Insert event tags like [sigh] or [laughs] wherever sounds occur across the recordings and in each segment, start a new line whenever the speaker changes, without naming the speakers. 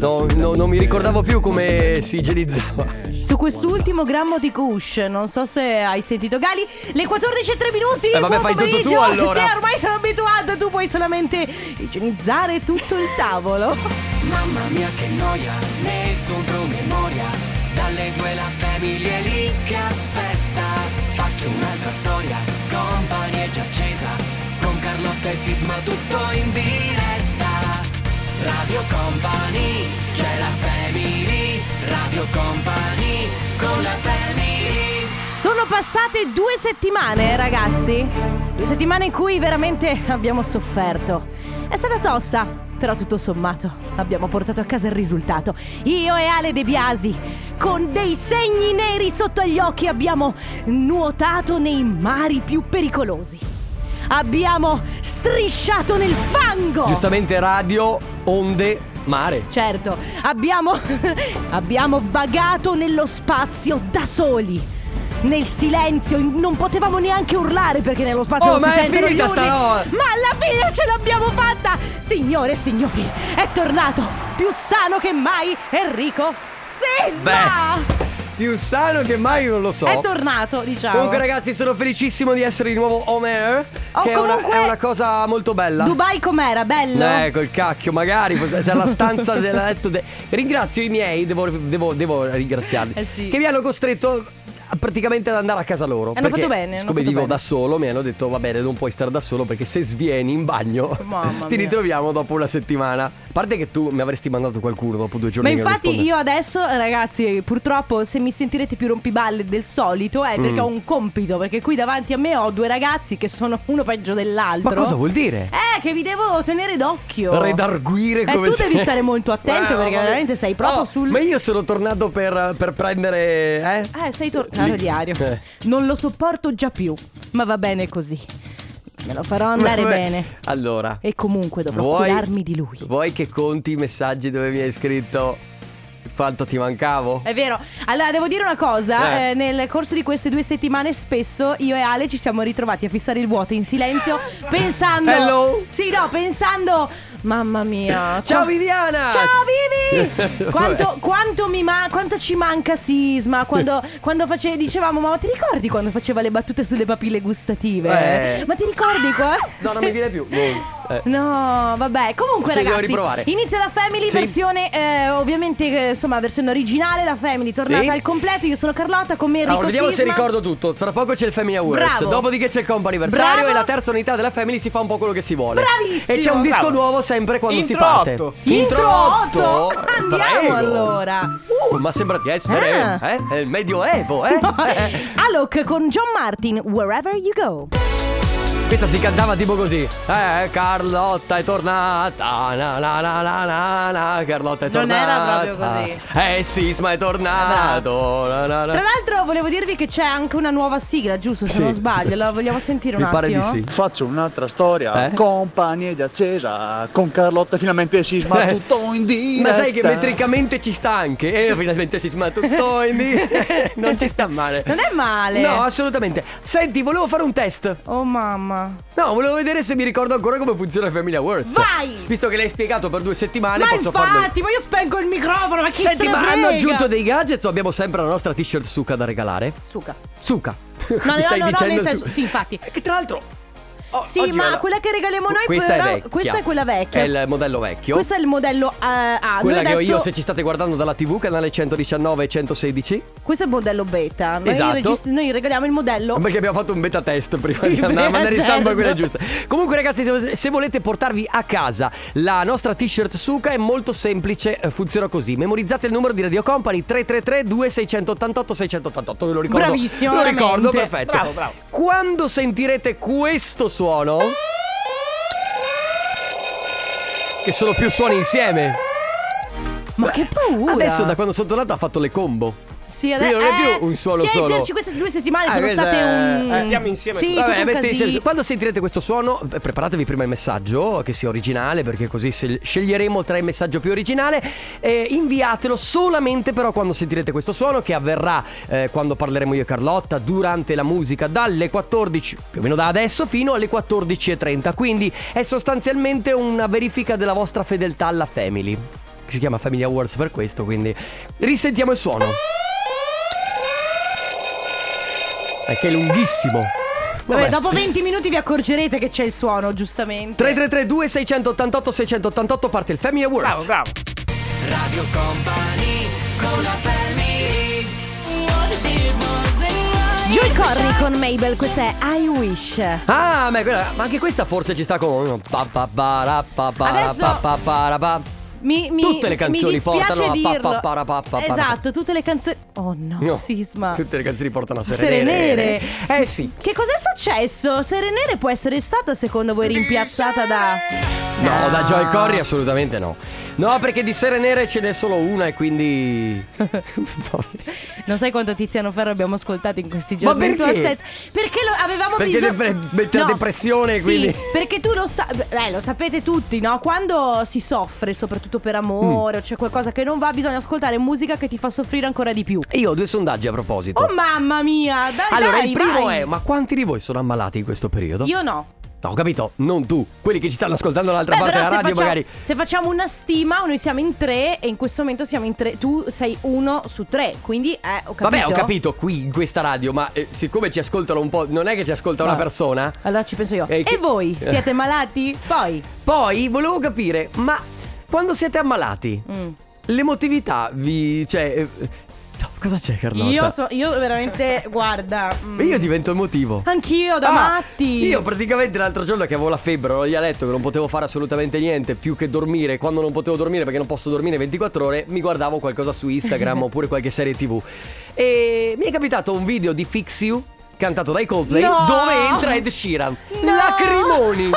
No, no, non mi ricordavo più come si [laughs] igienizzava.
Su quest'ultimo grammo di Kush, non so se hai sentito Gali, le 14.3 minuti.
Eh, vabbè,
buon
fai tutto tu,
pomeriggio.
allora.
Sì, ormai sono abituata, tu puoi solamente igienizzare tutto il tavolo.
Mamma mia che noia, metto un promemoria Dalle due la famiglia è lì che aspetta Faccio un'altra storia, company è già accesa Con Carlotta e Sisma tutto in diretta Radio Company, c'è la family Radio Company, con la family
Sono passate due settimane, eh, ragazzi. Due settimane in cui veramente abbiamo sofferto. È stata tosta, però tutto sommato abbiamo portato a casa il risultato. Io e Ale De Biasi, con dei segni neri sotto agli occhi, abbiamo nuotato nei mari più pericolosi. Abbiamo strisciato nel fango!
Giustamente radio, onde, mare.
Certo, abbiamo, [laughs] abbiamo vagato nello spazio da soli. Nel silenzio, in- non potevamo neanche urlare perché nello spazio
Oh,
non si
ma è
sentono gli
finita
urli.
sta roba.
Ma alla fine ce l'abbiamo fatta! Signore e signori, è tornato più sano che mai Enrico Sisma!
Più sano che mai non lo so.
È tornato, diciamo.
Comunque ragazzi sono felicissimo di essere di nuovo on air
Oh,
Che è una- è,
comunque-
una, cosa molto bella
Dubai com'era? Bello?
Ecco il cacchio magari pos- C'è la
[laughs]
stanza del letto de- Ringrazio i miei Devo, devo- devo ringraziarli
Eh sì.
Che mi hanno costretto a- praticamente ad andare a casa loro
Hanno
Perché
fatto bene, hanno
siccome
fatto
vivo
bene.
da solo Mi hanno detto va bene non puoi stare da solo Perché se svieni in bagno
Mamma
[laughs] Ti
mia.
ritroviamo dopo una settimana A parte che tu mi avresti mandato qualcuno dopo due
Ma
giorni che
infatti
risponde.
io adesso, ragazzi, purtroppo se mi sentirete più rompiballe del solito è
Mm.
perché ho un compito, perché qui davanti a me ho due ragazzi che sono uno peggio dell'altro.
Ma cosa vuol dire?
Eh, che vi devo tenere d'occhio.
Redarguire come
Eh, tu
se-
devi
[laughs]
stare molto attento
Eh,
perché
vabbè.
veramente sei proprio
Oh,
sul...
Ma io sono tornato per, per prendere. Eh?
Eh, sei tornato
Lì.
diario.
Eh.
Non lo sopporto già più, ma va bene così. Me lo farò andare
Vabbè.
bene.
Allora.
E comunque dovrò
vuoi-
curarmi di lui.
Vuoi che conti i messaggi dove mi hai scritto quanto ti mancavo?
È vero. Allora, devo dire una cosa.
Eh.
eh, nel corso di queste due settimane, spesso io e Ale ci siamo ritrovati a fissare il vuoto in
[laughs]
silenzio, pensando.
Hello?
Sì, no, pensando. Mamma mia.
Ciao
qua-
Viviana!
Ciao
[laughs]
Vivi!
Vabbè.
Quanto, quanto mi ma- quanto ci manca Sisma quando, quando face- dicevamo ma ti ricordi quando faceva le battute sulle papille gustative?
Eh.
Ma ti ricordi qua?
No, non mi viene più. Eh.
No, vabbè, comunque
Ci dobbiamo
ragazzi,
riprovare.
inizia la Family
Sì.
versione eh, ovviamente eh, insomma versione originale, la Family tornata
Sì.
al completo. Io sono Carlotta con me Enrico
Allora, vediamo se
Sisma.
ricordo tutto. Tra poco c'è il Family Awards.
Bravo.
Dopodiché c'è il company anniversario
Bravo.
e la terza unità della Family si fa un po' quello che si vuole.
Bravissimo.
E c'è un disco
Bravo.
nuovo sempre quando si
Intro
parte.
otto.
Intro 8.
otto?
Andiamo
Prego.
allora.
Uh, ma sembra di essere
Ah.
eh, è il medioevo,
[laughs]
eh? Eh.
Alok con John Martin, Wherever You Go.
Questa si cantava tipo così. Eh, Carlotta è tornata. Na, na, na, na, na, na, Carlotta è
Non
tornata.
era proprio così. Esatto.
Eh, Sisma è tornato. Na, na, na.
Tra l'altro volevo dirvi che c'è anche una nuova sigla, giusto? Se
Sì.
non sbaglio, la vogliamo sentire un
Mi pare
attimo?
di sì.
Faccio un'altra storia,
Eh?
compagnie di accesa, con Carlotta finalmente
[laughs]
sisma
Eh.
tutto in diretta.
Ma sai che metricamente ci sta anche. E finalmente Sisma tutto
[laughs]
in [laughs] Non ci sta male.
Non è male.
No, assolutamente. Senti, volevo fare un test.
Oh mamma.
No, volevo vedere se mi ricordo ancora come funziona il Family Awards.
Vai!
Visto che l'hai spiegato per due settimane,
ma
Ah, posso farlo. io.
infatti, ma io spengo il microfono, ma chi se
Senti,
ne
ma
frega?
hanno aggiunto dei gadget o abbiamo sempre la nostra t-shirt Suka da regalare?
Suca.
Suka. [laughs]
No,
Mi
no,
stai
no, no,
dicendo
nel senso,
Su- Eh,
sì, infatti.
Che tra l'altro o-
Sì,
oggi
ma
è la-
quella che regaliamo noi
questa
però-
è vecchia.
questa è quella vecchia.
È il modello vecchio.
Questo è il modello eh, A. Noi
quella che ho
adesso-
io se ci state guardando dalla TV, canale 119 e 116.
Questo è il modello beta. Noi,
Esatto.
regist- noi regaliamo il modello.
Perché abbiamo fatto un beta test prima
Sì,
di andare a
beh,
mandare in
certo.
stampa quella giusta. Comunque, ragazzi, se, se volete portarvi a casa la nostra t-shirt Suka è molto semplice, eh, funziona così. Memorizzate il numero di Radio Company 333 2688 688, ve lo ricordo.
Bravissimo,
Lo ricordo,
veramente.
perfetto.
Bravo, bravo.
Quando sentirete questo suono che sono più suoni insieme.
Ma che paura.
Adesso da quando sono tornato ha fatto le combo.
Sì,
Quindi
adesso
non è più un solo
sì,
solo.
Sì, sì, "Eh, queste due settimane
Ah,
sono
questa
state
è-
un
eh,
andiamo insieme.
Sì, tutto un
Vabbè, metti-
casino.
quando sentirete questo suono, eh, preparatevi prima il messaggio, che sia originale, perché così se- sceglieremo tra il messaggio più originale. Eh, inviatelo solamente però quando sentirete questo suono, che avverrà eh, quando parleremo io e Carlotta, durante la musica, dalle 14, più o meno da adesso, fino alle 14.30. Quindi è sostanzialmente una verifica della vostra fedeltà alla family. si chiama Family Awards per questo, quindi risentiamo il suono. È che è lunghissimo.
Vabbè,
Vabbè.
dopo 20 minuti vi accorgerete che c'è il suono, giustamente.
333 2688 688 parte il Family
Bravo,
Awards.
bravo.
Radio Company con la family
Joy Corry con Mabel, questa è I Wish.
Ah, ma, quella- ma anche questa forse ci sta con. Pa, pa, pa, ra, pa, pa,
Adesso-
pa, pa, pa, ra, pa.
Mi, mi,
Tutte le
mi
canzoni
dispiace
portano a pa-
dirlo.
pa- para- pa- pa- para-
Esatto, tutte le canzoni. Oh no,
No,
sisma.
Tutte le canzoni portano a
Sere
sere nere.
nere.
Eh sì.
Che cos'è successo? Serenere può essere stata secondo voi rimpiazzata da Ah.
No, da Joy Corry assolutamente no. No, perché di sere nere ce n'è solo una e
[laughs]
quindi.
Non sai quanto Tiziano Ferro abbiamo ascoltato in questi giorni.
Ma
il tuo
perché?
assenza. Perché lo avevamo
Perché
bisogno.
deve mettere la depressione,
sì,
quindi.
Perché tu lo sai. Eh, lo sapete tutti, no? Quando si soffre, soprattutto per
Mm.
amore, o c'è qualcosa che non va, bisogna ascoltare musica che ti fa soffrire ancora di più.
Io ho due sondaggi a proposito.
Oh mamma mia! Dai,
Ecco. allora,
dai,
il primo
vai.
è: ma quanti di voi sono ammalati in questo periodo?
Io no.
No, ho capito, non tu. Quelli che ci stanno ascoltando dall'altra
Beh,
parte
però
della
se,
radio,
facciamo,
magari.
se facciamo una stima, noi siamo in tre e in questo momento siamo in tre. Tu sei uno su tre, quindi eh, ho capito.
Vabbè, ho capito qui in questa radio, ma eh, siccome ci ascoltano un po', non è che ci ascolta
Ma-
una persona.
Allora ci penso io.
Eh, che- [laughs]
E voi siete malati? Poi.
Poi volevo capire, ma quando siete ammalati,
Mm.
l'emotività vi. cioè. eh, no, cosa c'è, Carlotta?
Io, so, io veramente, guarda. mm.
Io divento emotivo.
Anch'io da
Ah,
matti.
Io praticamente l'altro giorno che avevo la febbre, ero lì a letto che non potevo fare assolutamente niente più che dormire. Quando non potevo dormire perché non posso dormire 24 ore, mi guardavo qualcosa su
[laughs]
Instagram oppure qualche serie TV. E mi è capitato un video di Fix You cantato dai Coldplay
No!
dove entra Ed Sheeran.
No! [laughs]
Lacrimoni.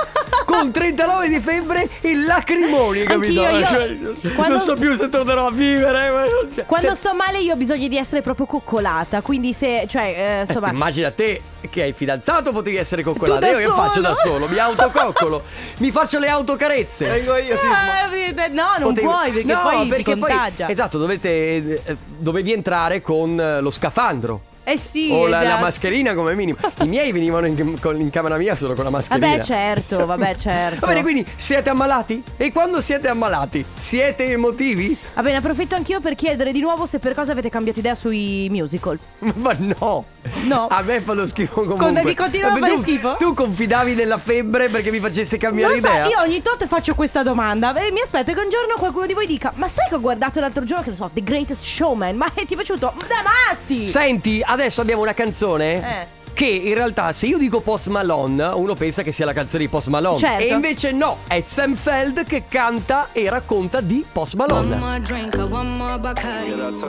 Con 39 di febbre e lacrimoni, capito?
Anch'io, io-
Cioè,
quando-
Non so più se tornerò a vivere. ma-
Quando
Cioè,
sto male io ho bisogno di essere proprio coccolata, quindi se, cioè, eh, insomma...
Immagina te che hai fidanzato potevi essere coccolata.
Tu
Io
da
che faccio da
solo?
solo? Mi
[laughs]
autococcolo, mi faccio le autocarezze.
Vengo io, Sisma.
Eh, no, non
Potevi-
puoi perché
No,
poi
perché
ti contagia.
esatto, dovete, eh, dovevi entrare con eh, lo scafandro.
Eh sì,
o Oh, la, la
esatto.
mascherina come minimo. I miei venivano in, con- in camera mia solo con la mascherina.
Vabbè certo,
[laughs]
vabbè certo.
Va bene, quindi siete ammalati? E quando siete ammalati? Siete emotivi? [laughs]
Va bene, approfitto anch'io per chiedere di nuovo se per cosa avete cambiato idea sui musical.
Ma no!
No.
A me fanno schifo comunque.
Con- mi continuano a
Vabbè,
fare
tu-
schifo?
Tu confidavi nella febbre perché mi facesse cambiare
Non so,
idea?
io ogni tot faccio questa domanda e mi aspetto che un giorno qualcuno di voi dica "Ma sai che ho guardato l'altro giorno che ne so, The Greatest Showman, ma ti è piaciuto da matti?"
Senti, adesso abbiamo una canzone.
Eh.
Che in realtà se io dico Post Malone uno pensa che sia la canzone di Post Malone
Certo.
E invece no, è Sam Feld che canta e racconta di Post Malone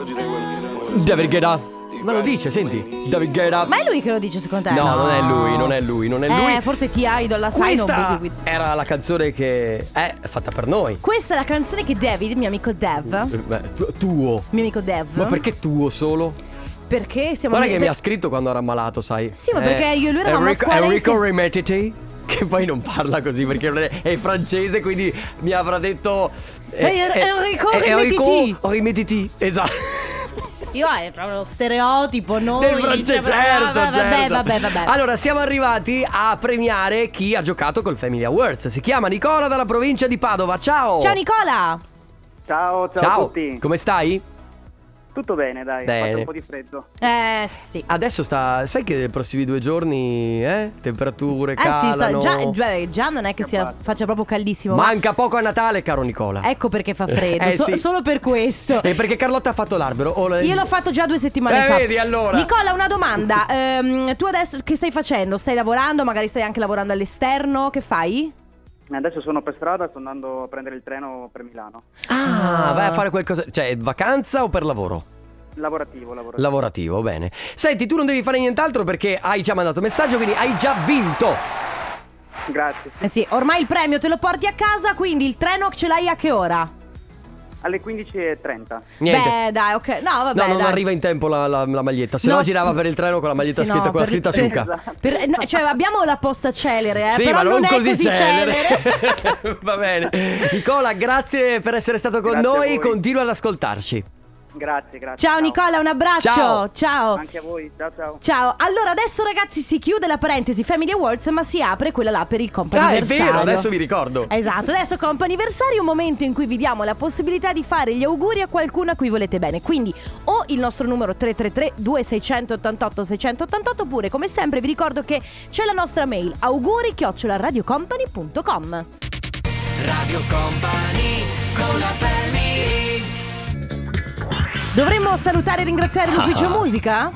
David Guetta Ma lo dice, senti David Guetta
Ma è lui che lo dice secondo te?
No, non è lui, non è lui, non è
eh,
lui
forse ti idol la sai
Questa
non Boogie With-
era la canzone che è fatta per noi
Questa è la canzone che David, mio amico Dev,
Beh, tu- Tuo
mio amico Dev.
Ma perché tuo solo?
Perché siamo
Guarda che
amici-
mi ha scritto quando era malato, sai? Eh,
Sì, ma perché io e lui eravamo a
Enrico,
scuola
Enrico
insieme.
Remettiti, che poi non parla così perché non è, è francese, quindi mi avrà detto... eh,
Ehi, Eh, Enrico, rimettiti.
Enrico Rimettiti, esatto.
Io è proprio lo stereotipo, noi
Del francese,
cioè,
certo,
vabbè, vabbè,
certo.
vabbè, vabbè.
Allora, siamo arrivati a premiare chi ha giocato col Family Awards. Si chiama Nicola dalla provincia di Padova. Ciao!
Ciao Nicola.
Ciao, ciao,
Ciao.
a tutti.
Come stai?
Tutto bene, dai.
Bene.
Ho fatto un po' di freddo.
Eh sì.
Adesso sta... Sai che nei prossimi due giorni, eh? Temperature,
Eh sì, sta,
calano.
già, già- già non è che sia, faccia proprio caldissimo. ma-
Manca poco a Natale, caro Nicola.
Ecco perché fa freddo,
Eh,
so-
sì.
solo per questo.
E perché Carlotta ha fatto l'albero? o la-
Io l'ho fatto già due settimane
Eh,
fa.
vedi, allora.
Nicola, una domanda. Ehm, tu adesso che stai facendo? Stai lavorando? Magari stai anche lavorando all'esterno? Che fai?
Adesso sono per strada, sto andando a prendere il treno per Milano.
Ah, vai a fare qualcosa. Cioè, vacanza o per lavoro?
Lavorativo, lavorativo.
Lavorativo, bene. Senti, tu non devi fare nient'altro perché hai già mandato messaggio, quindi hai già vinto.
Grazie.
Eh sì, ormai il premio te lo porti a casa, quindi il treno ce l'hai a che ora?
Alle 15.30.
Niente.
Beh, dai, ok. No, vabbè.
no, non
dai.
arriva in tempo la, la- la maglietta. Se no,
No.
girava per il treno con la maglietta
Sì, no,
scritta, con la
per-
scritta
per-
suca.
[laughs] per- no, cioè, abbiamo la posta celere, eh,
Sì,
però
ma non,
è così,
[laughs] Va bene. Nicola, grazie per essere stato con
Grazie a
noi.
voi.
Continua ad ascoltarci.
Grazie, grazie.
Ciao Nicola, un abbraccio.
Ciao.
Ciao.
Anche a voi, ciao ciao.
Ciao. allora adesso ragazzi si chiude la parentesi Family Awards ma si apre quella là per il
Ah, è
comp'anniversario
vero, adesso vi ricordo.
Esatto, adesso comp'anniversario è un momento in cui vi diamo la possibilità di fare gli auguri a qualcuno a cui volete bene Quindi o il nostro numero 333-2688-688 Oppure come sempre vi ricordo che c'è la nostra mail auguri radiocompany.com
Radio Company con la family
Dovremmo salutare e ringraziare
Ah.
l'ufficio musica?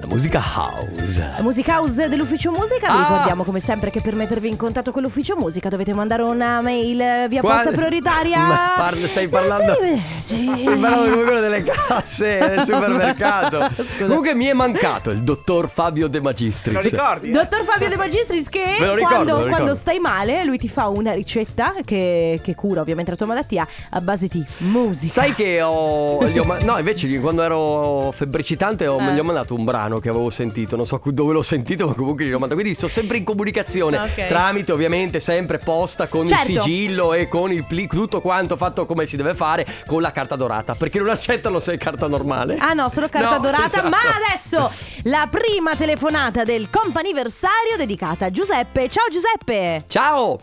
La musica house.
La music house dell'ufficio musica, vi
Ah!
ricordiamo come sempre che per mettervi in contatto con l'ufficio musica dovete mandare una mail eh, via
Qua-
posta prioritaria. Eh,
Ma parla- stai parlando-
Sì.
Mi
[laughs]
parlavo come quello delle casse del supermercato.
Scusa.
Comunque mi è mancato il dottor Fabio De Magistris.
Lo ricordi? eh?
[laughs] Dottor Fabio De Magistris che
Me lo ricordo, me
quando,
lo ricordo.
quando stai male lui ti fa una ricetta che, che cura ovviamente la tua malattia a base di musica.
Sai che ho. gli ho ma- no, invece gli- quando ero febbricitante ho-
Eh.
gli ho mandato un brano che avevo sentito. Non so cu- dove l'ho sentito, ma comunque gli ho mandato. Quindi sto sempre in comunicazione.
Ok.
Tramite, ovviamente, sempre posta con
Certo.
il sigillo e con il pli- tutto quanto fatto come si deve fare con la carta dorata. Perché non accettano se è carta normale.
Ah no, solo carta
No,
dorata,
esatto.
ma adesso la prima telefonata del comp'anniversario dedicata a Giuseppe. Ciao Giuseppe.
Ciao!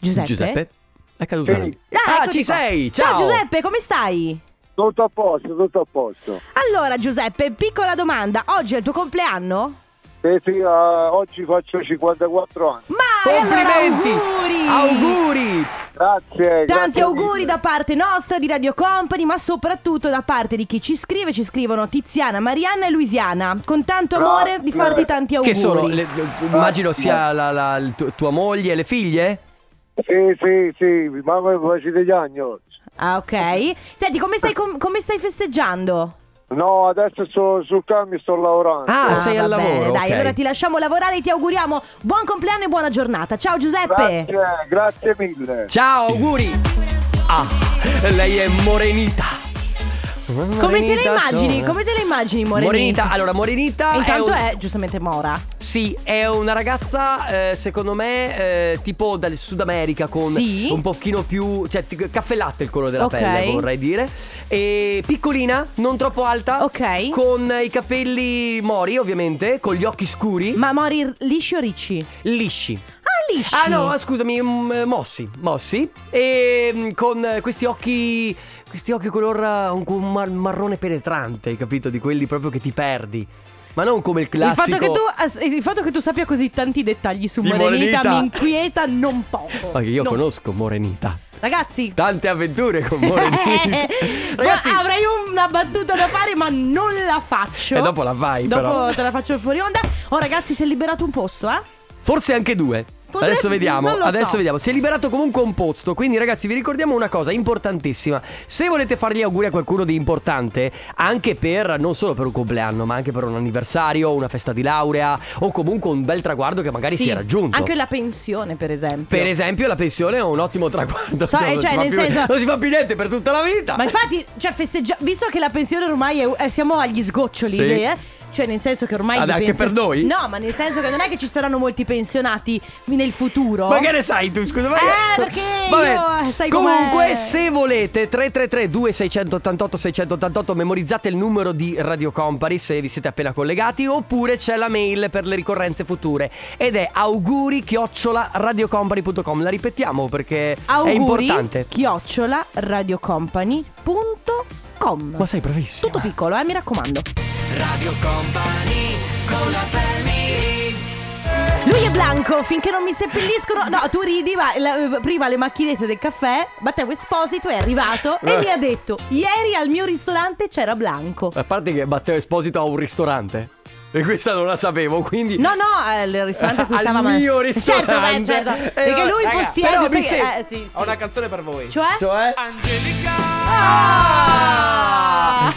Giuseppe.
È caduto.
Sì.
Ah,
Ah,
eccoci
ci
qua.
sei!
Ciao
Ciao!
Giuseppe, come stai?
Tutto a posto, tutto a posto.
Allora, Giuseppe, piccola domanda. Oggi è il tuo compleanno?
Sì, sì, eh, oggi faccio 54 anni.
Ma
Complimenti!
Allora, auguri!
Auguri!
Tanti
Grazie. grazie
auguri
mille.
da parte nostra di Radio Company, ma soprattutto da parte di chi ci scrive. Ci scrivono Tiziana, Marianna e Luisiana. Con tanto amore vi farti tanti auguri.
Ah, Che sono? le- immagino sia la- la- il tu- tua moglie e le figlie?
Sì, sì, sì, ma voi facete gli anni oggi?
Ah, ok. Senti, come stai, com- come stai festeggiando?
No, adesso sto sul cambio sto lavorando.
Ah, sei
va
al
bene,
lavoro,
Dai,
ok.
allora ti lasciamo lavorare e ti auguriamo buon compleanno e buona giornata. Ciao Giuseppe.
Grazie, grazie mille.
Ciao, auguri! Ah, lei è morenita.
Come te le
Morenita
immagini?
sono-
Come te le immagini, Morenita?
Morenita, allora Morenita
E intanto
Eh, un-
è, giustamente Mora.
Sì, è una ragazza eh, secondo me eh, tipo dal Sud America con
Sì.
un pochino più, cioè ti- caffè latte il colore della
Ok.
pelle vorrei dire e piccolina, non troppo alta
Ok.
con i capelli mori ovviamente, con gli occhi scuri,
Ma Mori r- lisci o ricci?
lisci.
Ah, lisci.
Ah no, scusami, mm, mossi, mossi e mm, con eh, questi occhi questi occhi color eh, un un mar- marrone penetrante, hai capito? Di quelli proprio che ti perdi. Ma non come il
Il
classico
fatto, che tu, as- il fatto che tu sappia così tanti dettagli su
Di
Morenita,
Morenita.
mi inquieta non poco.
Ma che io
Non-
conosco Morenita.
Ragazzi,
Tante avventure con [laughs]
[laughs]
Morenita. [laughs] Ragazzi,
Eh, ma avrei una battuta da fare, ma non la faccio.
E dopo la fai,
Dopo
però.
te la faccio fuori onda. Oh, ragazzi, si è liberato un posto, eh?
forse anche due.
Potrebbe-
adesso vediamo,
non lo
adesso
so.
vediamo. Si è liberato comunque un posto, quindi ragazzi vi ricordiamo una cosa importantissima. Se volete fargli auguri a qualcuno di importante, anche per non solo per un compleanno, ma anche per un anniversario, una festa di laurea o comunque un bel traguardo che magari
Sì,
si è raggiunto.
Anche la pensione, per esempio.
per esempio la pensione è un ottimo traguardo.
So, eh,
non,
cioè,
si fa
nel
più,
senso-
non si fa più niente per tutta la vita.
Ma infatti, cioè, festeggia- visto che la pensione ormai è. eh, siamo agli sgoccioli,
Sì.
eh? Cioè, nel senso che ormai.
Ah,
di
anche
pensi-
per noi?
No, ma nel senso che non è che ci saranno molti pensionati nel futuro.
Ma che ne sai tu, scusa? ma-
Eh, perché io, eh, sai com'è.
Comunque, se volete, 333-2688-688, memorizzate il numero di Radio Company se vi siete appena collegati, oppure c'è la mail per le ricorrenze future. Ed è auguri radiocompany.com. La ripetiamo perché
Auguri,
è importante.
Chiocciola radiocompany.com.
Ma sei bravissimo.
Tutto piccolo, eh, mi raccomando.
Radio Company con la family
Lui è blanco, finché non mi seppelliscono. No, tu ridi, ma la- prima le macchinette del caffè. Matteo Esposito è arrivato e mi ha detto: Ieri al mio ristorante c'era Blanco.
A parte che Matteo Esposito ha un ristorante. E questa non la sapevo, quindi.
No, no, al ristorante a cui
Al
stava
mio
ma-
ristorante.
Certo, eh, certo.
Eh,
Perché lui
raga,
possiede.
però mi
sai-
se-
eh, sì, sì.
Ho una canzone per voi.
Cioè?
Cioè?
Ah!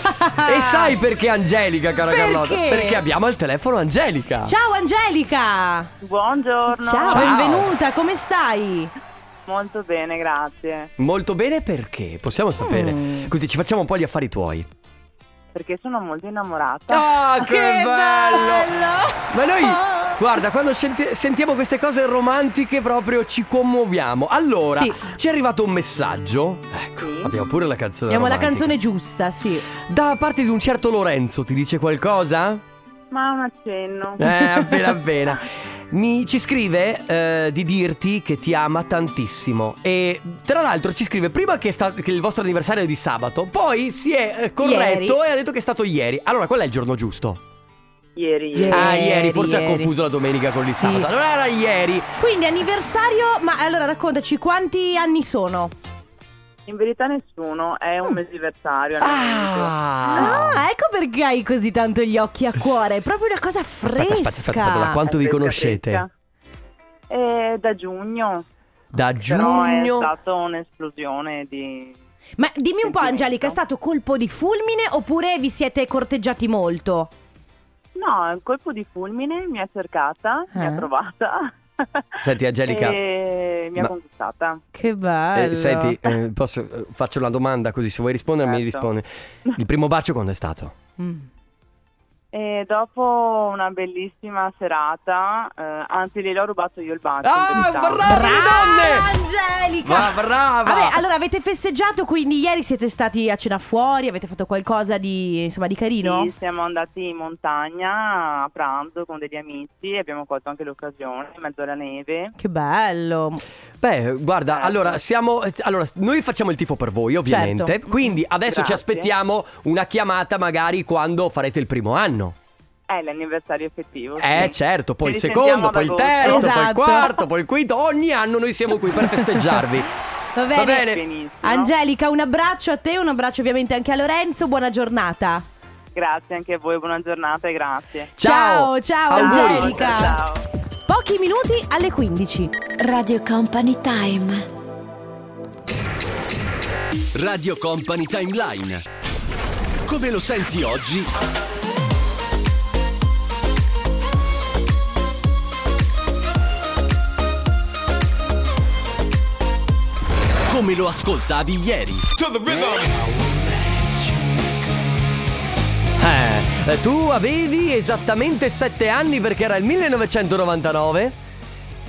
E sai perché Angelica, cara
Perché?
Carlotta? Perché abbiamo al telefono Angelica.
Ciao Angelica!
Buongiorno.
Ciao,
Ciao.
benvenuta, come stai?
Molto bene, grazie.
Molto bene perché? Possiamo sapere.
Mm.
Così ci facciamo un po' gli affari tuoi.
Perché sono molto innamorata.
Ah, che, bello! Ma noi Guarda, quando senti- sentiamo queste cose romantiche proprio ci commuoviamo. Allora,
Sì.
ci è arrivato un messaggio. Ecco,
Sì.
abbiamo pure la canzone.
Abbiamo la
romantica.
canzone giusta, sì.
Da parte di un certo Lorenzo ti dice qualcosa?
Ma un accenno.
Eh, appena appena. Mi, ci scrive eh, di dirti che ti ama tantissimo e tra l'altro ci scrive prima che, è sta- che il vostro anniversario è di sabato, poi si è eh, corretto e ha detto che è stato ieri. Allora qual è il giorno giusto?
Ieri, ieri.
Ieri.
ah, ieri, forse
ieri.
ha confuso la domenica con il
Sì.
sabato. Allora era ieri.
Quindi anniversario, ma allora raccontaci quanti anni sono?
In verità nessuno, è
Mm.
un mesiversario. al momento.
Ah!
Ah, ecco perché hai così tanto gli occhi a cuore. È proprio una cosa fresca.
Aspetta, aspetta, aspetta, aspetta, da quanto
È
vi
fresca,
conoscete?
fresca. Eh, da giugno.
Da
Però è esatto.
giugno.
stata un'esplosione di...
Ma dimmi un po',
Sentimento.
Angelica, è stato colpo di fulmine oppure vi siete corteggiati molto?
No, è un colpo di fulmine, mi ha cercata, mi
Eh.
ha trovata.
Senti, Angelica,
[laughs] E mi ha
ma-
conquistata.
Che
eh,
bello.
senti, eh, posso- eh, faccio una domanda così se vuoi rispondere mi
Certo.
rispondi. Il primo bacio quando è stato?
Mm.
E dopo una bellissima serata, eh, anzi le l'ho rubato io il bacio. in
Ah,
verità.
brava le
Brava,
donne!
Angelica!
Ma brava!
Vabbè, allora avete festeggiato, quindi ieri siete stati a cena fuori, avete fatto qualcosa di, insomma, di carino?
Sì, siamo andati in montagna a pranzo con degli amici e abbiamo colto anche l'occasione, in mezzo alla neve.
Che bello.
Beh, guarda,
Certo.
allora siamo. Allora, noi facciamo il tifo per voi, ovviamente.
Certo.
Quindi adesso ci
Grazie.
aspettiamo una chiamata, magari quando farete il primo anno.
È l'anniversario effettivo.
Eh,
sì.
certo, poi il
Ci
secondo,
risentiamo
poi il
ad
terzo,
agosto.
poi il
Esatto.
quarto, poi il quinto. Ogni anno noi siamo qui per festeggiarvi.
Va bene.
bene.
Benissimo.
Angelica, un abbraccio a te, un abbraccio ovviamente anche a Lorenzo, buona giornata.
Grazie anche a voi, buona giornata e grazie.
Ciao,
ciao, ciao,
auguri.
Angelica.
Ciao.
Pochi minuti alle 15.
Radio Company Time.
Radio Company Timeline. Come lo senti oggi? Come lo ascoltavi ieri?
Eh, eh, tu avevi esattamente 7 anni perché era il 1999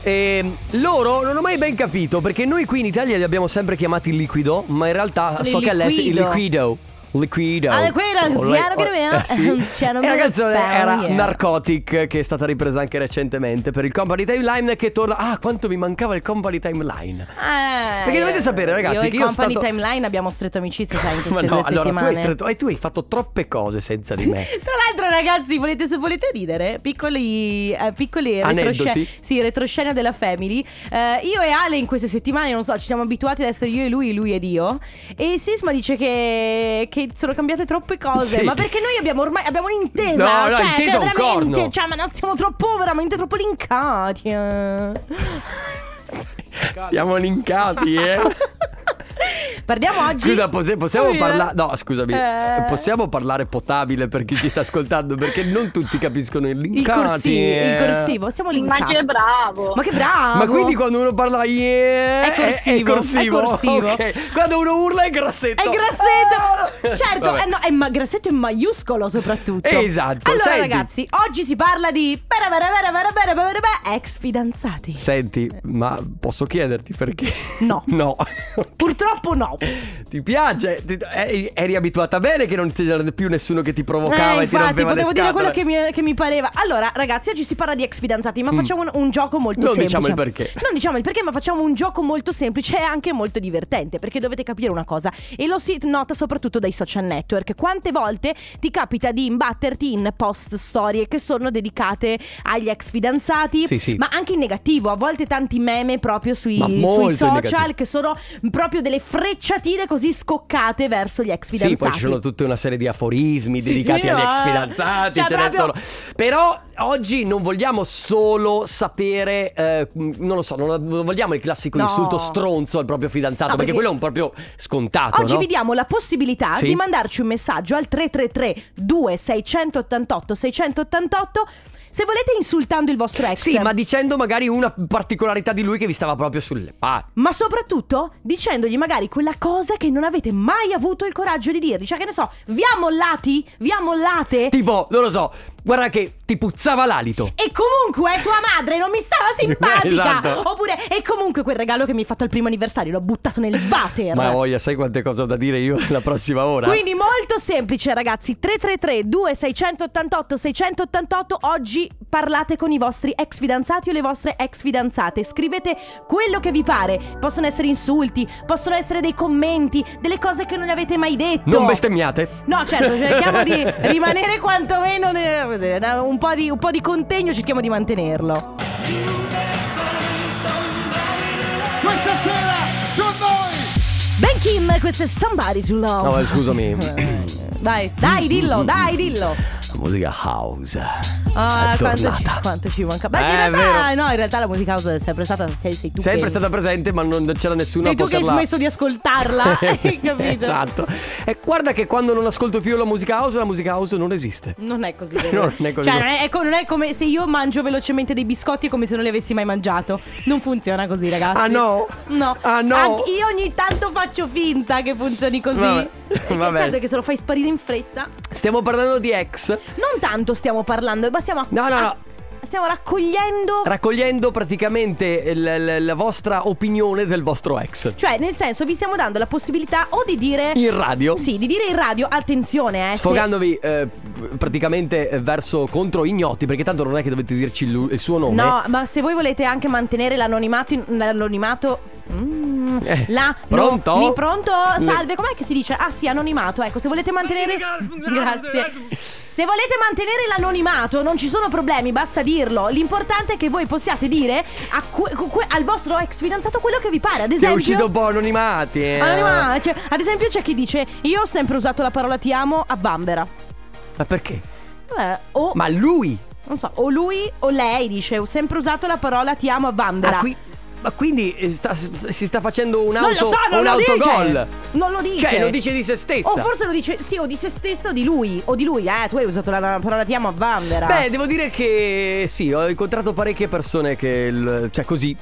e loro non ho mai ben capito perché noi qui in Italia li abbiamo sempre chiamati liquido, ma in realtà
Sono
so
il
che all'estero il
liquido.
liquido Liquido.
Ah, quello,
Oh, lei-
anziano che ne-
eh, sì.
[laughs] anziano
E la
che ne
canzone
fa,
era
yeah.
Narcotic che è stata ripresa anche recentemente per il Company Timeline che torna Ah, quanto mi mancava il Company Timeline.
Eh,
Perché dovete sapere, ragazzi,
io e
che io
Company
stato-
Timeline abbiamo stretto amicizia, sai, in
Ma no,
queste due
allora tu
settimane.
hai, stretto- e tu hai fatto troppe cose senza di
[laughs]
me.
Tra l'altro, ragazzi, volete, se volete ridere, piccoli, eh, piccoli
Aneddoti.
retroscena, sì, retroscena della Family. Eh, io e Ale in queste settimane, non so, ci siamo abituati ad essere io e lui, lui ed io. E Sisma dice che, che sono cambiate troppe cose.
Sì.
Ma perché noi abbiamo ormai abbiamo un'intesa?
No, no,
cioè,
intesa
che
un
veramente,
corno.
cioè, ma no, siamo troppo, veramente troppo linkati. eh.
Siamo linkati, eh.
[laughs] Parliamo oggi.
Scusa, pos- possiamo
Come dire?
parlare. No, scusami,
Eh.
possiamo parlare potabile per chi ci sta ascoltando? Perché non tutti capiscono il link.
Il, corsi- il corsivo, siamo linkati.
Ma che bravo!
Ma che bravo!
Ma quindi quando uno parla yeah,
È corsivo,
è corsivo.
è corsivo.
ok. Quando uno urla è grassetto. Ah!
È grassetto! Certo,
Vabbè.
eh no, è ma- grassetto in maiuscolo soprattutto.
Esatto,
Allora
senti.
ragazzi, oggi si parla di ex fidanzati.
Senti, ma posso chiederti perché? [laughs]
No.
No.
Purtroppo no.
Ti piace? Ti- eh, Eri abituata bene che non c'era più nessuno che ti provocava
Eh,
e ti rompeva
infatti,
le
potevo dire
scatole. Mm.
quello che mi, che mi pareva. Allora, ragazzi, oggi si parla di ex fidanzati, ma facciamo un, un gioco molto
Non
semplice.
diciamo il perché.
Non diciamo il perché, ma facciamo un gioco molto semplice e anche molto divertente. Perché dovete capire una cosa, e lo si nota soprattutto dai social network. Quante volte ti capita di imbatterti in post storie che sono dedicate agli ex fidanzati,
Sì, sì.
ma anche in negativo. A volte tanti meme proprio sui,
Ma
sui
molto in
social
negativo.
che sono proprio delle frecciatine così scoccate verso gli ex fidanzati.
Sì, poi ci sono tutta una serie di aforismi
Sì,
dedicati agli ex
eh.
fidanzati,
Cioè,
ce ne sono.
proprio-
Però oggi non vogliamo solo sapere, eh, mh, non lo so, non non vogliamo il classico
No.
insulto stronzo al proprio fidanzato,
No,
perché,
perché-
quello è un proprio scontato.
Oggi
no?
vi diamo la possibilità
Sì.
di mandarci un messaggio al 333 2688 688 Se volete insultando il vostro ex.
Sì, ma dicendo magari una particolarità di lui che vi stava proprio sulle palle.
Ma soprattutto dicendogli magari quella cosa che non avete mai avuto il coraggio di dirgli. Cioè, che ne so, vi ha mollati? Vi ha mollate?
Tipo, non lo so, guarda che ti puzzava l'alito.
E comunque tua madre non
[laughs]
mi stava simpatica.
Esatto.
Oppure, e comunque quel regalo che mi hai fatto al primo anniversario l'ho buttato nel water.
Ma voglia, sai quante cose ho da dire io la prossima ora?
Quindi molto semplice ragazzi, 333 2688 688 oggi parlate con i vostri ex fidanzati o le vostre ex fidanzate, scrivete quello che vi pare, possono essere insulti, possono essere dei commenti, delle cose che non avete mai detto.
Non bestemmiate.
No, certo,
[laughs]
cerchiamo di rimanere quantomeno nel- un po' di, un po' di contegno, cerchiamo di mantenerlo.
Questa sera con noi
Ben Kim, questo è Somebody to Love.
No, Mm, eh,
[laughs]
scusami.
Dai, dai, dillo, dai, dillo.
La musica house.
Ah,
è
quanto
tornata.
ci, quanto ci manca. Beh, in
Eh, è
realtà,
vero.
no, in realtà la musica house è sempre stata. Sei, sei tu
Sempre
che,
stata presente, ma non c'era nessuno
Sei
a
tu che hai
poterla.
smesso
[laughs]
di ascoltarla. [laughs] hai capito?
esatto. E guarda che quando non ascolto più la musica house, la musica house non esiste.
Non è così.
Non è così.
Cioè, non è, è co- non è come se io mangio velocemente dei biscotti è come se non li avessi mai mangiato. Non funziona così, ragazzi.
Ah, no?
No.
Ah, no?
Anche io ogni tanto faccio finta che funzioni così.
Vabbè. [laughs]
Perché
Vabbè.
Certo che se lo fai sparire in fretta.
Stiamo parlando di ex.
Non tanto stiamo parlando, ma stiamo.
No, no, no.
Stiamo raccogliendo.
Raccogliendo praticamente l- l- la vostra opinione del vostro ex.
Cioè, nel senso, vi stiamo dando la possibilità o di dire.
In radio.
Sì, di dire in radio, attenzione, eh. se-
Sfogandovi eh, praticamente eh, verso contro ignoti, perché tanto non è che dovete dirci il, lu- il suo nome.
No, ma se voi volete anche mantenere l'anonimato. in- L'anonimato. Mm,
Eh,
la no,
pronto?
mi- pronto?
Le-
Salve, com'è che si dice? Ah, sì, anonimato. Ecco, se volete mantenere. Grazie. Se volete mantenere l'anonimato, non ci sono problemi, basta dirlo. L'importante è che voi possiate dire a que- cu- que- al vostro ex fidanzato quello che vi pare. Ad
Che è
esempio.
uscito un po' anonimati. eh.
Anonima- cioè, ad esempio c'è chi dice io ho sempre usato la parola ti amo a Bambera.
Ma perché?
Eh, o,
Ma lui.
non so, o lui o lei dice ho sempre usato la parola ti amo a Bambera.
Ah, qui- ma quindi eh, sta- si sta facendo un,
non
auto,
lo so, non
un
lo
autogol.
dice. Non lo dice.
Cioè, lo dice di se stessa.
O forse lo dice sì, o di se stesso o di lui. O di lui, eh, tu hai usato la, la parola ti amo a Bambera.
Beh, devo dire che sì, ho incontrato parecchie persone che. il- cioè, così.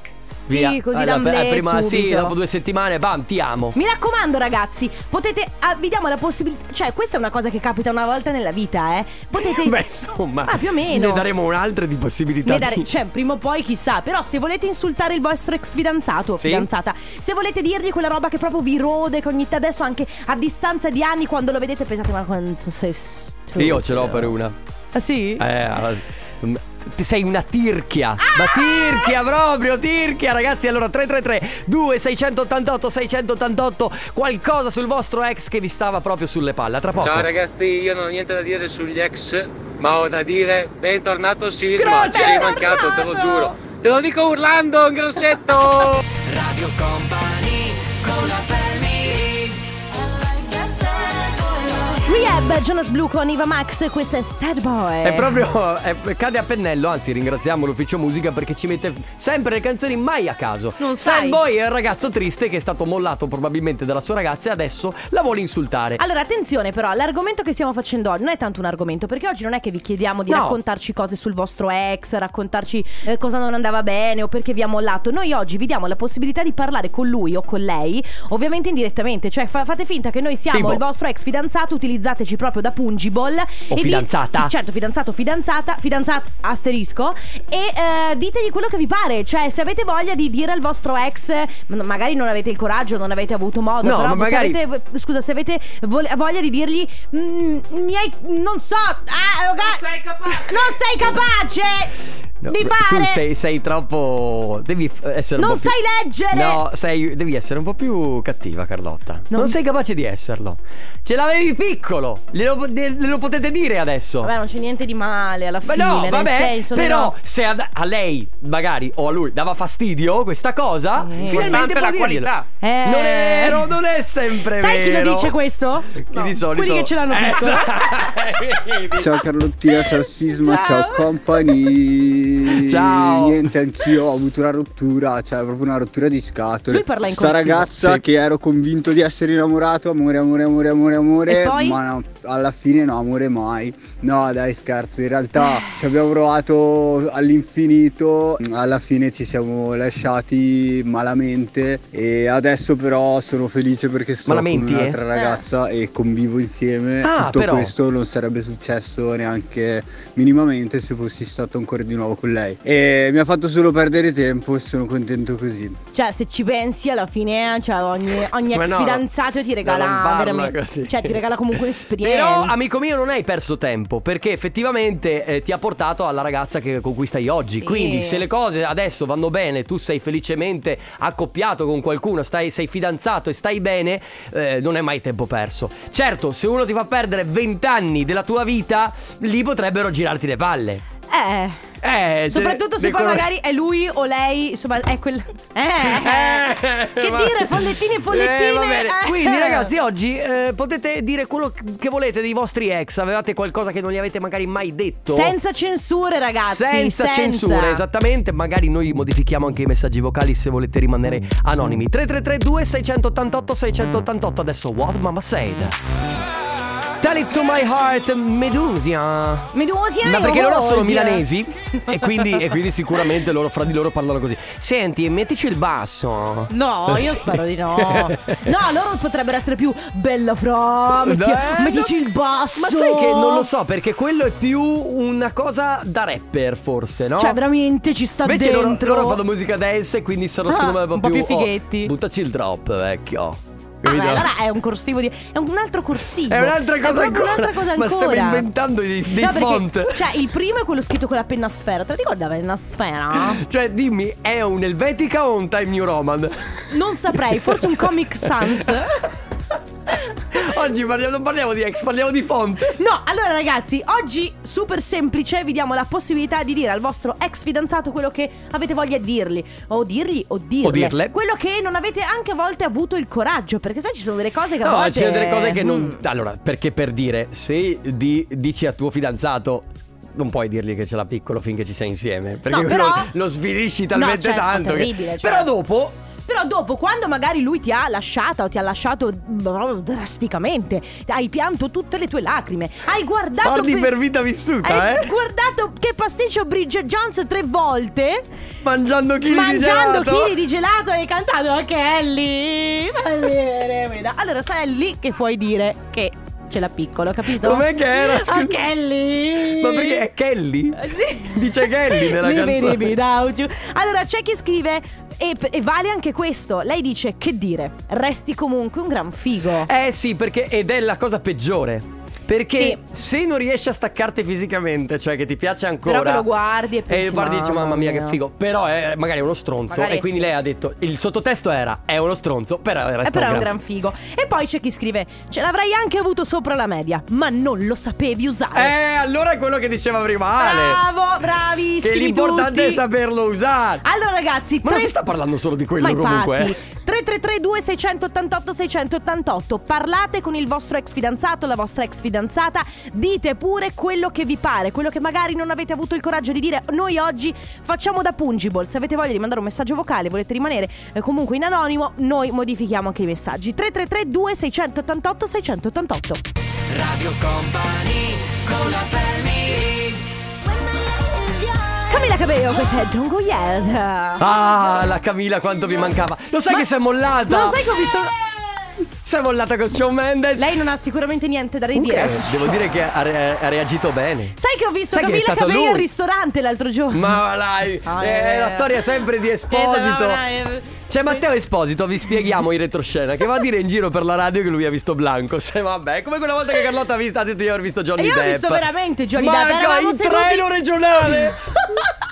Sì,
via.
così
Alla-
d'amblè,
alla prima, Sì,
subito.
dopo due settimane, bam, ti amo.
Mi raccomando ragazzi, potete, ah, vi diamo la possibilità, cioè questa è una cosa che capita una volta nella vita, eh. Potete...
Beh, insomma.
Ah, più o meno.
Ne daremo un'altra di possibilità.
Ne dare-
di-
cioè, prima o poi chissà. Però, se volete insultare il vostro ex fidanzato o
Sì.
fidanzata, se volete dirgli quella roba che proprio vi rode, che ogni tanto adesso anche a distanza di anni, quando lo vedete, pensate, ma quanto sei stupido.
Io ce l'ho per una.
Ah, sì?
Eh, allora, m- ti sei una tirchia.
Ah!
Ma tirchia proprio, tirchia, ragazzi. Allora 333 2688 688 qualcosa sul vostro ex che vi stava proprio sulle palle. A Tra poco.
Ciao ragazzi, io non ho niente da dire sugli ex, ma ho da dire bentornato Sisma,
Grazie!
ci sei mancato, te lo
Bentornato!
giuro. Te lo dico urlando, un grossetto!
Radio Company con la family
Rehab, Jonas Blue con Iva Max, questo è Sad Boy.
È proprio. è- cade a pennello, anzi, ringraziamo l'ufficio musica perché ci mette sempre le canzoni mai a caso.
Non sai.
Boy è il ragazzo triste che è stato mollato probabilmente dalla sua ragazza e adesso la vuole insultare.
Allora, attenzione però, l'argomento che stiamo facendo oggi non è tanto un argomento, perché oggi non è che vi chiediamo di
No.
raccontarci cose sul vostro ex, raccontarci eh, cosa non andava bene o perché vi ha mollato. Noi oggi vi diamo la possibilità di parlare con lui o con lei, ovviamente indirettamente, cioè fa- fate finta che noi siamo
Tipo.
il vostro ex fidanzato, utilizzateci proprio da pungible.
O
e di-
fidanzata.
certo, fidanzato, fidanzata, fidanzata, asterisco, e eh, ditegli quello che vi pare, cioè se avete voglia di dire al vostro ex, ma- magari non avete il coraggio, non avete avuto modo,
No,
però
ma
se
magari-
avete eh, Scusa, se avete vol- voglia di dirgli, "Mm, mi hai. non so. ah, ok, non sei capace!
No,
di
bro,
fare!
Tu sei, sei troppo. Devi f- essere un
Non
po' più-
sai leggere!
No, sei- devi essere un po' più cattiva, Carlotta. Non,
Non-
sei capace di esserlo. Ce l'avevi piccolo. Glielo, de- glielo potete dire adesso.
Vabbè, non c'è niente di male alla
Ma
fine.
no,
nel
vabbè,
senso,
però
no.
se ad- a lei magari o a lui dava fastidio questa cosa, finalmente
Importante
può
la
dirglielo.
qualità.
Eh.
Non è vero, non è sempre
Sai chi
vero.
lo dice questo?
Chi
No,
di solito?
Quelli che ce l'hanno
Eh,
piccolo.
esatto.
Ciao Carlottina, ciao Sisma,
Ciao. ciao
company.
Ciao.
Niente, anch'io ho avuto una rottura, cioè proprio una rottura di scatole.
Lui parla in Sta corsivo.
ragazza Sì.
che ero convinto di essere innamorato, amore, amore, amore, amore, amore,
E poi? ma
no,
alla fine no, amore mai. No, dai, scherzo, in realtà ci abbiamo provato all'infinito, alla fine ci siamo lasciati malamente e adesso però sono felice perché sto
Malamente,
con un'altra
eh?
ragazza e convivo insieme.
Ah,
Eh, Tutto
però.
questo non sarebbe successo neanche minimamente se fossi stato ancora di nuovo con lei. E mi ha fatto solo perdere tempo e sono contento così.
Cioè, se ci pensi, alla fine, cioè, ogni, ogni
Ma
ex
no,
fidanzato ti regala
no, non parla
veramente.
così.
Cioè, ti
[laughs]
regala comunque un'esperienza.
Però, ah, amico mio, non hai perso tempo perché effettivamente eh, ti ha portato alla ragazza che- con cui stai oggi. Quindi, se le cose adesso vanno bene, tu sei felicemente accoppiato con qualcuno, stai- sei fidanzato e stai bene, eh, non è mai tempo perso. Certo, se uno ti fa perdere 20 anni della tua vita, lì potrebbero girarti le palle.
Eh.
Eh,
Soprattutto se
de-
poi
con-
magari è lui o lei, insomma,
[laughs]
è quel. Eh. che
ma-
dire, follettini e follettine.
[laughs] Eh, va bene.
eh.
Quindi, ragazzi, oggi eh, potete dire quello che volete dei vostri ex. Avevate qualcosa che non gli avete magari mai detto?
[laughs] Senza censure, ragazzi.
senza, censure, esattamente. Magari noi modifichiamo anche i messaggi vocali se volete rimanere anonimi. 3332 688 688 adesso What Mama Said. Tell it to my heart, Medusia.
Medusia
Ma
e
perché loro sono
Rosia.
milanesi e quindi, e quindi sicuramente loro, fra di loro parlano così. Senti, mettici il basso.
[laughs] No, io
Sì.
spero di no. No, loro potrebbero essere più
[laughs]
bella fra. Metti,
Dai,
mettici il basso.
Ma sai che non lo so perché quello è più una cosa da rapper forse, no?
Cioè, veramente ci sta
Invece loro,
dentro.
loro fanno musica dance e quindi sono
Ah,
secondo me
un
un
po'
po'
più
oh,
fighetti.
buttaci il drop, vecchio.
Ah,
Capito?
beh, allora è un corsivo di. È un altro corsivo.
È un'altra cosa
è proprio
ancora.
un'altra cosa
Ma stiamo
ancora.
inventando dei- dei
no, perché,
font.
Cioè, il primo è quello scritto con la penna sfera. Te lo ricordi la penna sfera?
Cioè, dimmi, è un Helvetica o un Time New Roman? [laughs]
Non saprei, forse un Comic Sans.
Oggi parliamo, non parliamo di ex, parliamo di font.
No, allora ragazzi, oggi super semplice, vi diamo la possibilità di dire al vostro ex fidanzato quello che avete voglia di dirgli. O dirgli o dirle.
O dirle.
Quello che non avete anche a volte avuto il coraggio, perché sai ci sono delle cose che a
No,
volte...
ci sono delle cose che
Mm.
non. Allora, perché per dire, se di- dici a tuo fidanzato. Non puoi dirgli che ce l'ha piccolo finché ci sei insieme. Perché
No,
quello
però-
lo svilisci
No,
talmente
certo, è
tanto. che-
terribile, cioè.
Però dopo.
Però dopo, quando magari lui ti ha lasciata o ti ha lasciato proprio drasticamente, hai pianto tutte le tue lacrime, hai guardato...
Guardi
pe-
per vita vissuta,
Hai
eh?
guardato che pasticcio Bridget Jones tre volte
Mangiando chili
mangiando
di gelato.
chili di gelato e cantando "Oh, Kelly. va bene, mi dà". Allora sai è lì che puoi dire che ce l'ha piccolo, capito?
Com'è che era?
"Oh,
Scusa.
Kelly.
Ma perché è Kelly?
Eh, Sì.
Dice Kelly nella
Live it,
canzone.
live it out you. Allora c'è chi scrive e, e vale anche questo. Lei dice che dire? Resti comunque un gran figo.
Eh sì, perché ed è la cosa peggiore. Perché se non riesci a staccarti fisicamente, cioè che ti piace ancora.
Però che lo guardi e pensi,
E guardi e dici,
"Mamma
mamma mia,
mia".
che figo. Però è magari è uno stronzo.
Magari
e quindi
sì.
lei ha detto: il sottotesto era è uno stronzo, però era
Eh, però è un gran figo. E poi c'è chi scrive: Ce l'avrai anche avuto sopra la media, ma non lo sapevi usare.
Eh, allora è quello che diceva prima Ale.
Bravo,
che
bravissimi
l'importante
tutti.
è saperlo usare.
Allora ragazzi,
Ma non
tre-
si sta parlando solo di quello
Ma infatti,
comunque. eh.
3332 688 688 Parlate con il vostro ex fidanzato, la vostra ex fidanzata Dite pure quello che vi pare Quello che magari non avete avuto il coraggio di dire Noi oggi facciamo da pungible Se avete voglia di mandare un messaggio vocale Volete rimanere eh, comunque in anonimo Noi modifichiamo anche i messaggi 3332 688 688 Camilla Cabello, questa è Don't Go Yet
Ah, la Camilla quanto mi mancava. Lo sai che si è mollata?
Non sai che ho visto...
Si è mollata con Shawn Mendes.
Lei non ha sicuramente niente da ridire
Comunque, Devo dire che ha, re- ha reagito bene.
Sai che ho visto
Sai che è
Camilla
stato
Cabello
lui?
al ristorante l'altro giorno?
Ma dai,
Ah,
eh,
eh. Esatto,
la storia è sempre di Esposito. [laughs] C'è Cioè, Matteo Esposito, vi spieghiamo in retroscena, che va a dire in giro per la radio che lui ha visto Blanco. Se vabbè, come quella volta che Carlotta ha visto, ha detto io ho visto Johnny
Io ho
Depp.
visto veramente Johnny
Ma
Depp, eravamo
in
seduti-
treno regionale!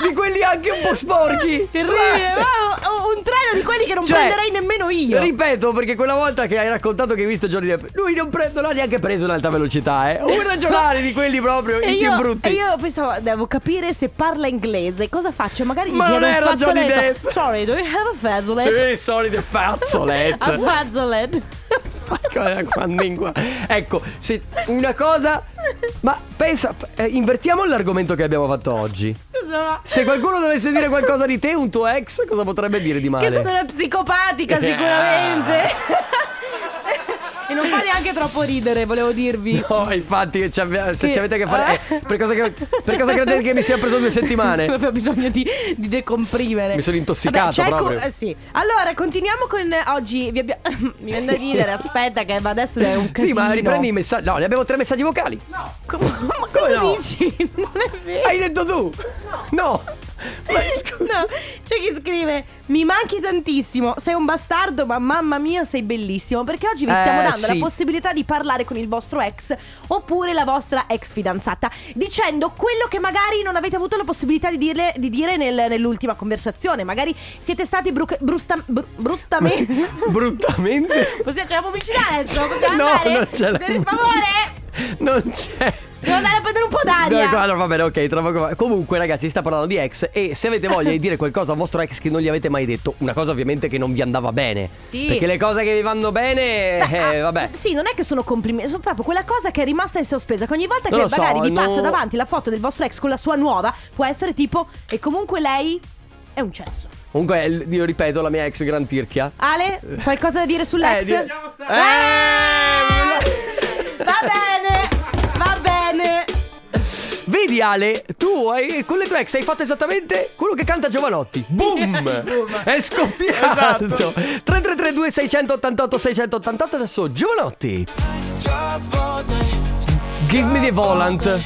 di quelli anche un po' sporchi!
[laughs] Terribile,
Ma-
ma eh, ho- ho un treno di quelli che non
Cioè,
prenderei nemmeno io.
Ripeto, perché quella volta che hai raccontato che hai visto Johnny Depp, lui non, pre- non ha neanche preso un'alta velocità, eh.
[laughs]
Un regionale di quelli proprio
e
i
io,
più brutti.
e io pensavo, devo capire se parla inglese. Cosa faccio? Magari gli
Ma
chiedo
non
un
era Johnny
fazzoletto.
Depp.
Sorry, do you have a fazzolet?
Sì,
[laughs]
solide
A
fazzolet.
fazzolet.
Porca qua lingua. Ecco, se una cosa. Ma pensa, eh, invertiamo l'argomento che abbiamo fatto oggi.
Scusa,
Se qualcuno dovesse dire qualcosa di te, un tuo ex, cosa potrebbe dire di
ma che sono
male? [laughs]
una psicopatica sicuramente. E non fa neanche troppo ridere, volevo dirvi.
No, Oh, infatti, ci abbia- se
Che-
ci avete a che fare.
eh?
eh, per, cosa che- per cosa credete che mi sia preso due
[laughs]
settimane?
Ho bisogno di, di decomprimere.
Mi sono intossicato
c'è co-
proprio.
eh, sì. Allora, continuiamo con eh, oggi. Vi abbia- [laughs] Mi viene
[laughs]
da ridere, aspetta, che adesso è un
Sì,
casino.
ma riprendi i messaggi. No, ne abbiamo tre messaggi vocali.
Come, [laughs] ma cosa
no?
dici? [laughs] Non è vero.
Hai detto tu? No. Ma scusa.
No, c'è chi scrive: Mi manchi tantissimo. Sei un bastardo, ma mamma mia, sei bellissimo. Perché oggi vi
Eh,
stiamo dando
sì.
la possibilità di parlare con il vostro ex oppure la vostra ex fidanzata, dicendo quello che magari non avete avuto la possibilità di, dirle- di dire nel- nell'ultima conversazione. Magari siete stati bru- brusta- bru-
[laughs]
brustamente.
Bruttamente.
Possiamo c'è la pubblicità adesso? Possiamo
No,
andare?
non c'è la
Per
pubblicità.
favore!
Non c'è.
Devo andare a prendere un po' d'aria.
No, allora va bene, ok, tra poco. Comunque, ragazzi, si sta parlando di ex. E se avete voglia di dire qualcosa al vostro ex che non gli avete mai detto, una cosa ovviamente che non vi andava bene.
Sì.
Perché le cose che vi vanno
[laughs]
bene, eh, vabbè.
ah, Sì, non è che sono complimenti, sono proprio quella cosa che è rimasta in sospesa. Che ogni volta che
Non lo so,
magari vi
no.
passa davanti la foto del vostro ex con la sua nuova, può essere tipo, e comunque lei è un cesso.
Comunque, l- io ripeto, la mia ex gran tirchia.
Ale, qualcosa da dire sull'ex?
Eh, di- Eh,
Va bene, va bene.
Vedi Ale, tu hai, con le tue ex hai fatto esattamente quello che canta Giovanotti. Boom! È scoppiato. 3332 688 688 adesso Giovanotti. Give me the volant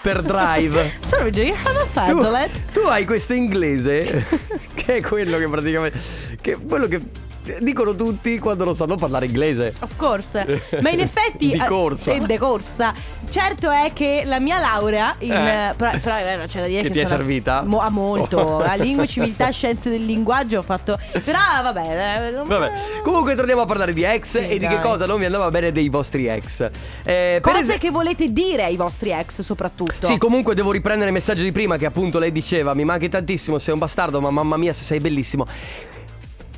per
[laughs]
drive.
Sorry, do you have a
Tu,
puzzlet?
tu hai questo inglese [laughs] che è quello che praticamente che quello che dicono tutti quando non sanno parlare inglese.
Of course, ma in effetti
[laughs] Di
eh,
corsa.
eh, de corsa. Certo è che la mia laurea in
Eh.
eh, però, però, eh, non c'è da dire
Che
che,
ti è
sono-
servita?
mo- a molto,
Oh.
a lingue,
[laughs]
civiltà, scienze del linguaggio ho fatto. Però vabbè, eh, non-
Vabbè, comunque torniamo a parlare di ex e di
dai.
che cosa non vi andava bene dei vostri ex. Eh, per
cose
es-
che volete dire ai vostri ex soprattutto.
Sì, comunque devo riprendere il messaggio di prima che appunto lei diceva mi manchi tantissimo, sei un bastardo, ma mamma mia se sei bellissimo.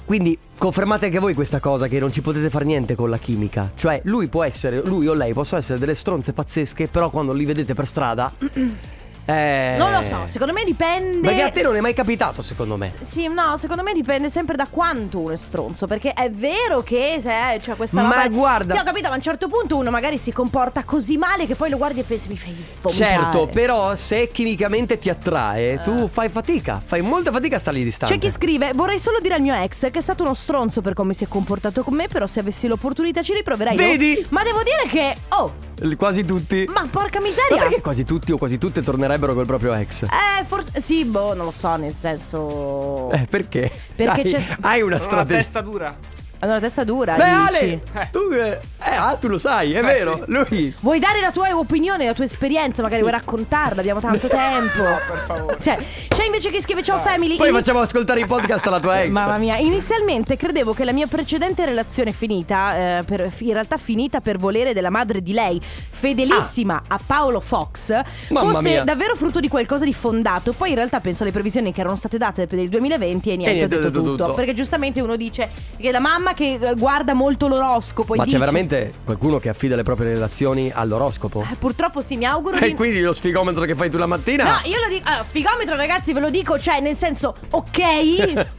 Quindi confermate anche voi questa cosa che non ci potete fare niente con la chimica. Cioè lui può essere, lui o lei possono essere delle stronze pazzesche, però quando li vedete per strada... [clears throat] eh,
non lo so, secondo me dipende.
Perché a te non è mai capitato secondo me.
Sì, no, secondo me dipende sempre da quanto uno è stronzo. Perché è vero che se eh, c'è
Ma
questa roba-
guarda-
Sì, ho capito, ma a un certo punto uno magari si comporta così male che poi lo guardi e pensi, mi fai vomitare.
Certo, però se chimicamente ti attrae, tu fai fatica, fai molta fatica a stargli distante.
Eh. C'è chi scrive: Vorrei solo dire al mio ex che è stato uno stronzo per come si è comportato con me. Però se avessi l'opportunità ci riproverei.
Vedi?
Ma devo dire che. Oh,
L- Quasi tutti.
ma porca
Ma
miseria!
perché quasi tutti o quasi tutte tornerebbero col proprio ex?
Eh, forse. Sì, boh, non lo so, nel senso.
Eh, perché?
Perché
hai,
c'è-
Hai una
Sono una
strategia.
testa dura.
Allora, testa dura.
Beh,
dici.
Ale, tu, eh, eh, ah, tu lo sai, è vero. Lui.
Vuoi dare la tua opinione, la tua esperienza? Magari
Sì.
vuoi raccontarla? Abbiamo
[laughs]
tanto tempo. No, per favore. Cioè, c'è invece chi scrive: Ciao, family.
Poi
in-
facciamo ascoltare i podcast alla tua ex.
Mamma mia, inizialmente credevo che la mia precedente relazione finita, eh, per- in realtà finita per volere della madre di lei, fedelissima a Paolo Fox,
Ah. Mamma
fosse
mia.
davvero frutto di qualcosa di fondato. Poi in realtà penso alle previsioni che erano state date per il 2020 e niente,
niente,
ho detto, tutto. Perché giustamente uno dice che la mamma che eh, guarda molto l'oroscopo e
Ma
dice...
c'è veramente qualcuno che affida le proprie relazioni all'oroscopo?
Eh, Purtroppo sì, mi auguro
[laughs] E
di...
quindi lo sfigometro che fai tu la mattina?
No, io lo dico. Allora, sfigometro, ragazzi, ve lo dico, cioè, nel senso,
[laughs]
ok.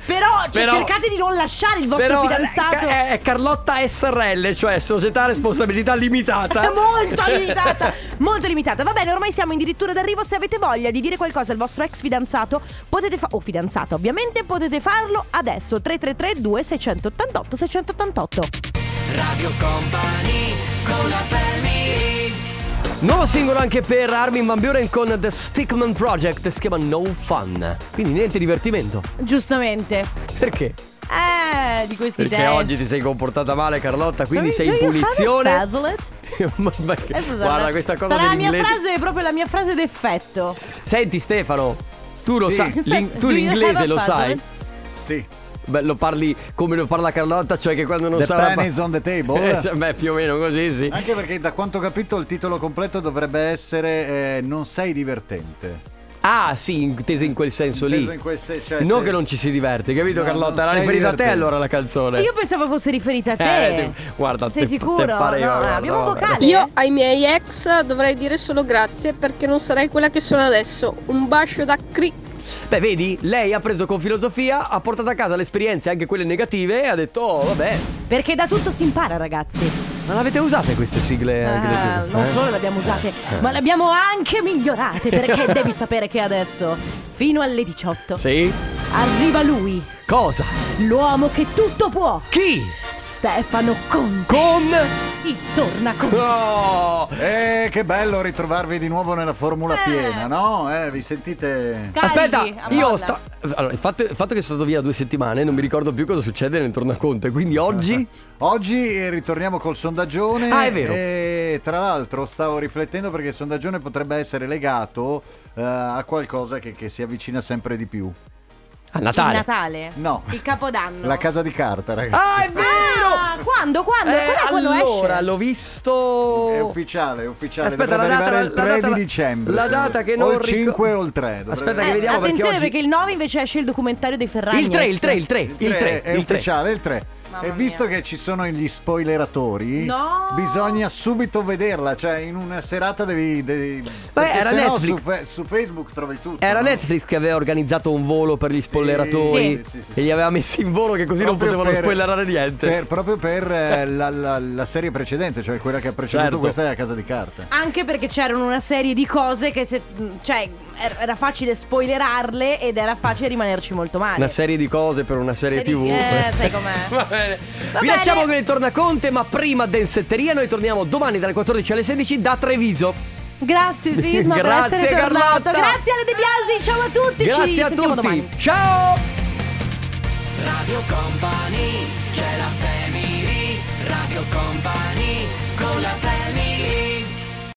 Però, cioè,
Però-
cercate di non lasciare il vostro
Però eh, è-
fidanzato.
È, è Carlotta SRL, cioè società a responsabilità limitata. [laughs]
È [laughs] molto limitata, molto limitata. Va bene, ormai siamo addirittura d'arrivo. Se avete voglia di dire qualcosa al vostro ex fidanzato, potete fa- o fidanzata, ovviamente, potete farlo adesso 333 2688 688.
Radio Company con la family
Nuovo singolo anche per Armin Van Buren con The Stickman Project, si chiama No Fun. Quindi niente divertimento.
Giustamente.
Perché?
Eh, di questi
Perché oggi ti sei comportata male Carlotta, quindi sei in [laughs] punizione.
Guarda,
Ma- ma che- Guarda questa cosa
Eh, sarà la mia
dell'inglese.
frase, proprio la mia frase d'effetto.
Senti Stefano, tu lo
Sì.
sai,
Sì.
l'in- tu
Do you have
l'inglese
a
lo sai?
puzzle?
Sì.
Beh, lo parli come lo parla Carlotta, cioè che quando non
The
sarà
pen is on the table.
[laughs] Eh, cioè, Beh, più o meno così, sì.
Anche perché da quanto ho capito il titolo completo dovrebbe essere eh, Non sei divertente.
Ah, sì, inteso in quel senso
Inteso
lì.
in quel se- cioè,
non
se-
che non ci si diverte, capito
No,
Carlotta?
non
Era
sei
riferita a te
divertente.
allora la canzone.
Io pensavo fosse riferita a te.
Eh, ti- guarda,
Sei
te- te
sicuro?
pareva,
No,
guarda,
abbiamo un
guarda.
vocale.
Io ai miei ex dovrei dire solo grazie perché non sarei quella che sono adesso. Un bacio da cri.
Beh, vedi, lei ha preso con filosofia, ha portato a casa le esperienze, anche quelle negative, e ha detto, oh, vabbè.
Perché da tutto si impara, ragazzi.
Non avete usate queste sigle anche le
Ah,
tue?
non
Eh?
solo le abbiamo usate,
Eh.
ma le abbiamo anche
[laughs]
migliorate perché devi sapere che adesso, fino alle 18,
Sì?
arriva lui,
Cosa?
l'uomo che tutto può.
Chi?
Stefano Conte.
Con
il Tornaconte.
No!
Eh, che bello ritrovarvi di nuovo nella formula piena, no? Eh, vi sentite...
Aspetta, io sto. Allora, il fatto, il fatto che sono stato via due settimane, non mi ricordo più cosa succede nel tornaconte.
Ah,
Quindi oggi.
Oggi eh, ritorniamo col sondaggione.
Ah, è vero.
E tra l'altro stavo riflettendo perché il sondaggione potrebbe essere legato eh, a qualcosa che, che si avvicina sempre di più.
A
Il Natale?
No.
Il Capodanno?
La casa di carta, ragazzi.
Ah, è vero!
Ah, quando? Quando?
Eh,
Quando è Ah, quando
allora,
esce?
l'ho visto.
È ufficiale, è ufficiale.
oh. Aspetta,
Cioè, Dovrebbe
la data-
arrivare
la- la
il 3
data-
di dicembre.
la
se non
data
sbaglio.
che non
O il
ricordo-
5 o il 3. dovrebbe-
Aspetta che
Eh,
vediamo perché
attenzione
oggi.
perché il 9 invece esce il documentario dei Ferragni.
Il 3, il 3, il 3, eh, il 3,
Il
il 3.
tre, è ufficiale, il 3. e visto che ci sono gli spoileratori,
No!
bisogna subito vederla. Cioè, in una serata devi. devi perché
era
se no
Netflix.
su, fe- su Facebook trovi tutto.
Era
no?
Netflix che aveva organizzato un volo per gli spolleratori
sì, sì, sì,
e li aveva messi in volo che così
Proprio
non potevano
per-
spoilerare niente.
per- proprio per eh, la, la- la serie precedente, cioè quella che ha preceduto
Certo.
questa è la casa di carta.
Anche perché c'erano una serie di cose che se. cioè, er- era facile spoilerarle ed era facile rimanerci molto male.
Una serie di cose per una serie TV. [laughs]
Eh, sai com'è.
Va bene.
Va
Vi
bene.
lasciamo con il tornaconte, ma prima Densetteria noi torniamo domani dalle 14 alle 16 da Treviso.
Grazie
[laughs]
Sisma
Grazie,
per essere tornato.
Carlotta.
Grazie Ale De Biasi, ciao a tutti.
Grazie
ci
a
sentiamo
tutti.
domani.
Ciao!
Radio Company, c'è la family, Radio Company